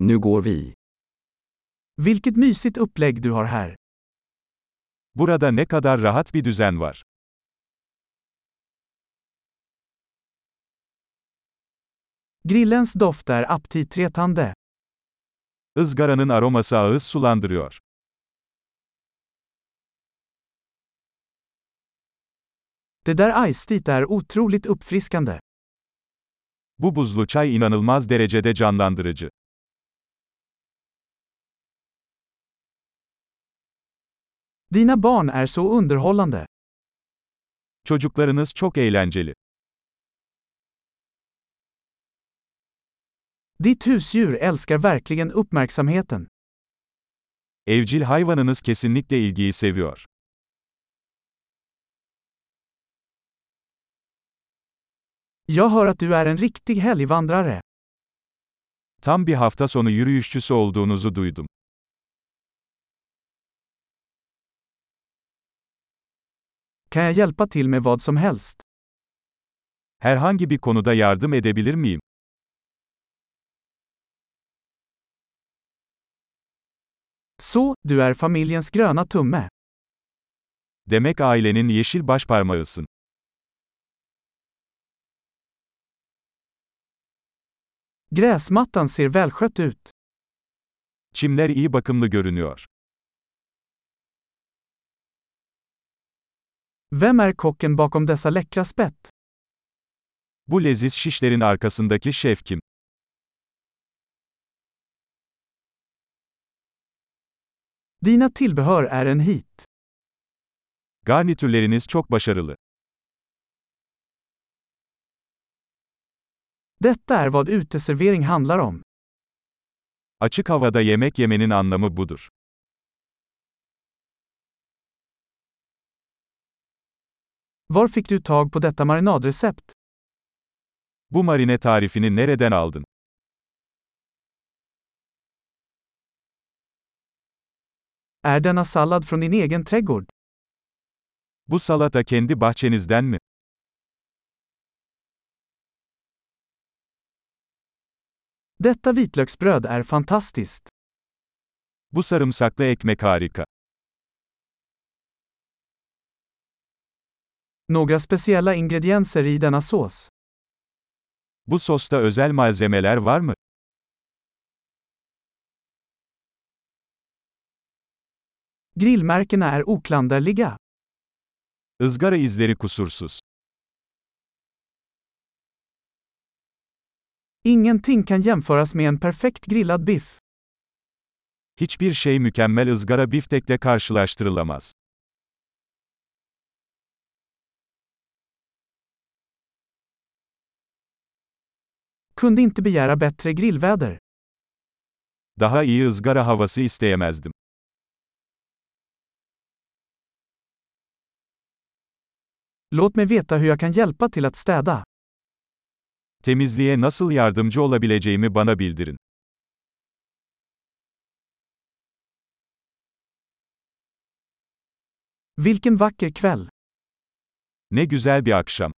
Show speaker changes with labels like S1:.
S1: Nu går vi.
S2: Vilket mysigt upplägg du har här.
S3: Burada ne kadar rahat bir düzen var.
S2: Grillens doft är aptitretande.
S3: Izgaranın aroması ağız sulandırıyor.
S2: Det där iceteet är otroligt uppfriskande.
S3: Bu buzlu çay inanılmaz derecede canlandırıcı.
S2: Dina barn är så underhållande.
S3: Çocuklarınız çok eğlenceli.
S2: Ditt husdjur älskar verkligen uppmärksamheten.
S3: Evcil hayvanınız kesinlikle ilgiyi seviyor.
S2: Jag hör att du är en riktig helgvandrare.
S3: Tam bir hafta sonu yürüyüşçüsü olduğunuzu duydum.
S2: Kan jag hjälpa till med vad som helst?
S3: Herhangi bir konuda yardım edebilir miyim?
S2: Så, du är familjens gröna tumme.
S3: Demek ailenin yeşil başparmağısın.
S2: Gräsmattan ser välskött ut.
S3: Çimler iyi bakımlı görünüyor.
S2: Vem är kocken bakom dessa läckra spett?
S3: Bu leziz şişlerin arkasındaki şef kim?
S2: Dina tillbehör är en hit.
S3: Garnitürleriniz çok başarılı.
S2: Detta är vad uteservering handlar om.
S3: Açık havada yemek yemenin anlamı budur.
S2: Var fick du tag på detta marinadrecept?
S3: Bu marine tarifini nereden aldın?
S2: Är denna sallad från din egen trädgård?
S3: Bu salata kendi bahçenizden mi?
S2: Detta vitlöksbröd är fantastiskt.
S3: Bu sarımsaklı ekmek harika.
S2: Några speciella ingredienser i denna sås.
S3: Bu sosta özel malzemeler var mı?
S2: Grillmärkena är oklanderliga.
S3: Izgara izleri kusursuz.
S2: Ingenting kan jämföras med en perfekt grillad biff.
S3: Hiçbir şey mükemmel ızgara biftekle karşılaştırılamaz.
S2: Kunde inte begära bättre grillväder.
S3: Daha iyi ızgara havası isteyemezdim.
S2: Låt mig veta hur jag kan hjälpa till att städa.
S3: Temizliğe nasıl yardımcı olabileceğimi bana bildirin.
S2: Vilken vacker kväll!
S3: Ne güzel bir akşam.